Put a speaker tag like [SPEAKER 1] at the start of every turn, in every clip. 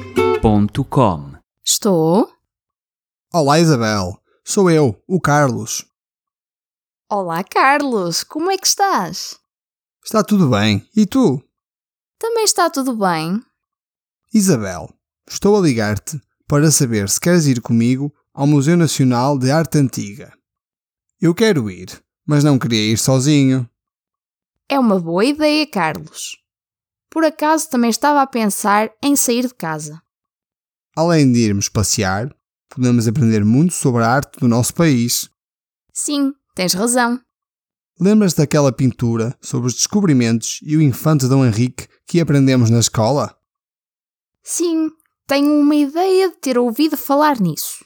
[SPEAKER 1] practiceportuguese.com.
[SPEAKER 2] Estou.
[SPEAKER 3] Olá, Isabel. Sou eu, o Carlos.
[SPEAKER 2] Olá, Carlos. Como é que estás?
[SPEAKER 3] Está tudo bem? E tu?
[SPEAKER 2] Também está tudo bem?
[SPEAKER 3] Isabel, estou a ligar-te para saber se queres ir comigo ao Museu Nacional de Arte Antiga. Eu quero ir, mas não queria ir sozinho.
[SPEAKER 2] É uma boa ideia, Carlos. Por acaso também estava a pensar em sair de casa.
[SPEAKER 3] Além de irmos passear, podemos aprender muito sobre a arte do nosso país.
[SPEAKER 2] Sim, tens razão.
[SPEAKER 3] Lembras daquela pintura sobre os descobrimentos e o infante Dom Henrique que aprendemos na escola?
[SPEAKER 2] Sim, tenho uma ideia de ter ouvido falar nisso.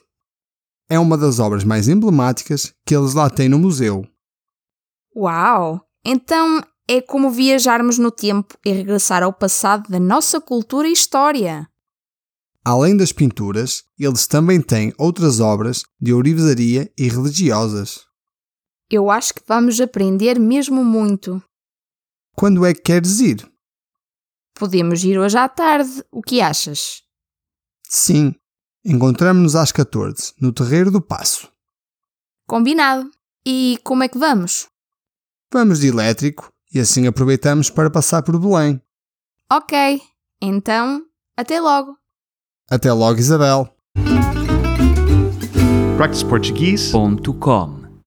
[SPEAKER 3] É uma das obras mais emblemáticas que eles lá têm no museu.
[SPEAKER 2] Uau! Então é como viajarmos no tempo e regressar ao passado da nossa cultura e história.
[SPEAKER 3] Além das pinturas, eles também têm outras obras de ourivesaria e religiosas.
[SPEAKER 2] Eu acho que vamos aprender mesmo muito.
[SPEAKER 3] Quando é que queres ir?
[SPEAKER 2] Podemos ir hoje à tarde, o que achas?
[SPEAKER 3] Sim, encontramos-nos às 14, no Terreiro do Passo.
[SPEAKER 2] Combinado. E como é que vamos?
[SPEAKER 3] Vamos de elétrico e assim aproveitamos para passar por Belém.
[SPEAKER 2] Ok, então até logo.
[SPEAKER 3] Até logo, Isabel!
[SPEAKER 1] practiceportuguese.com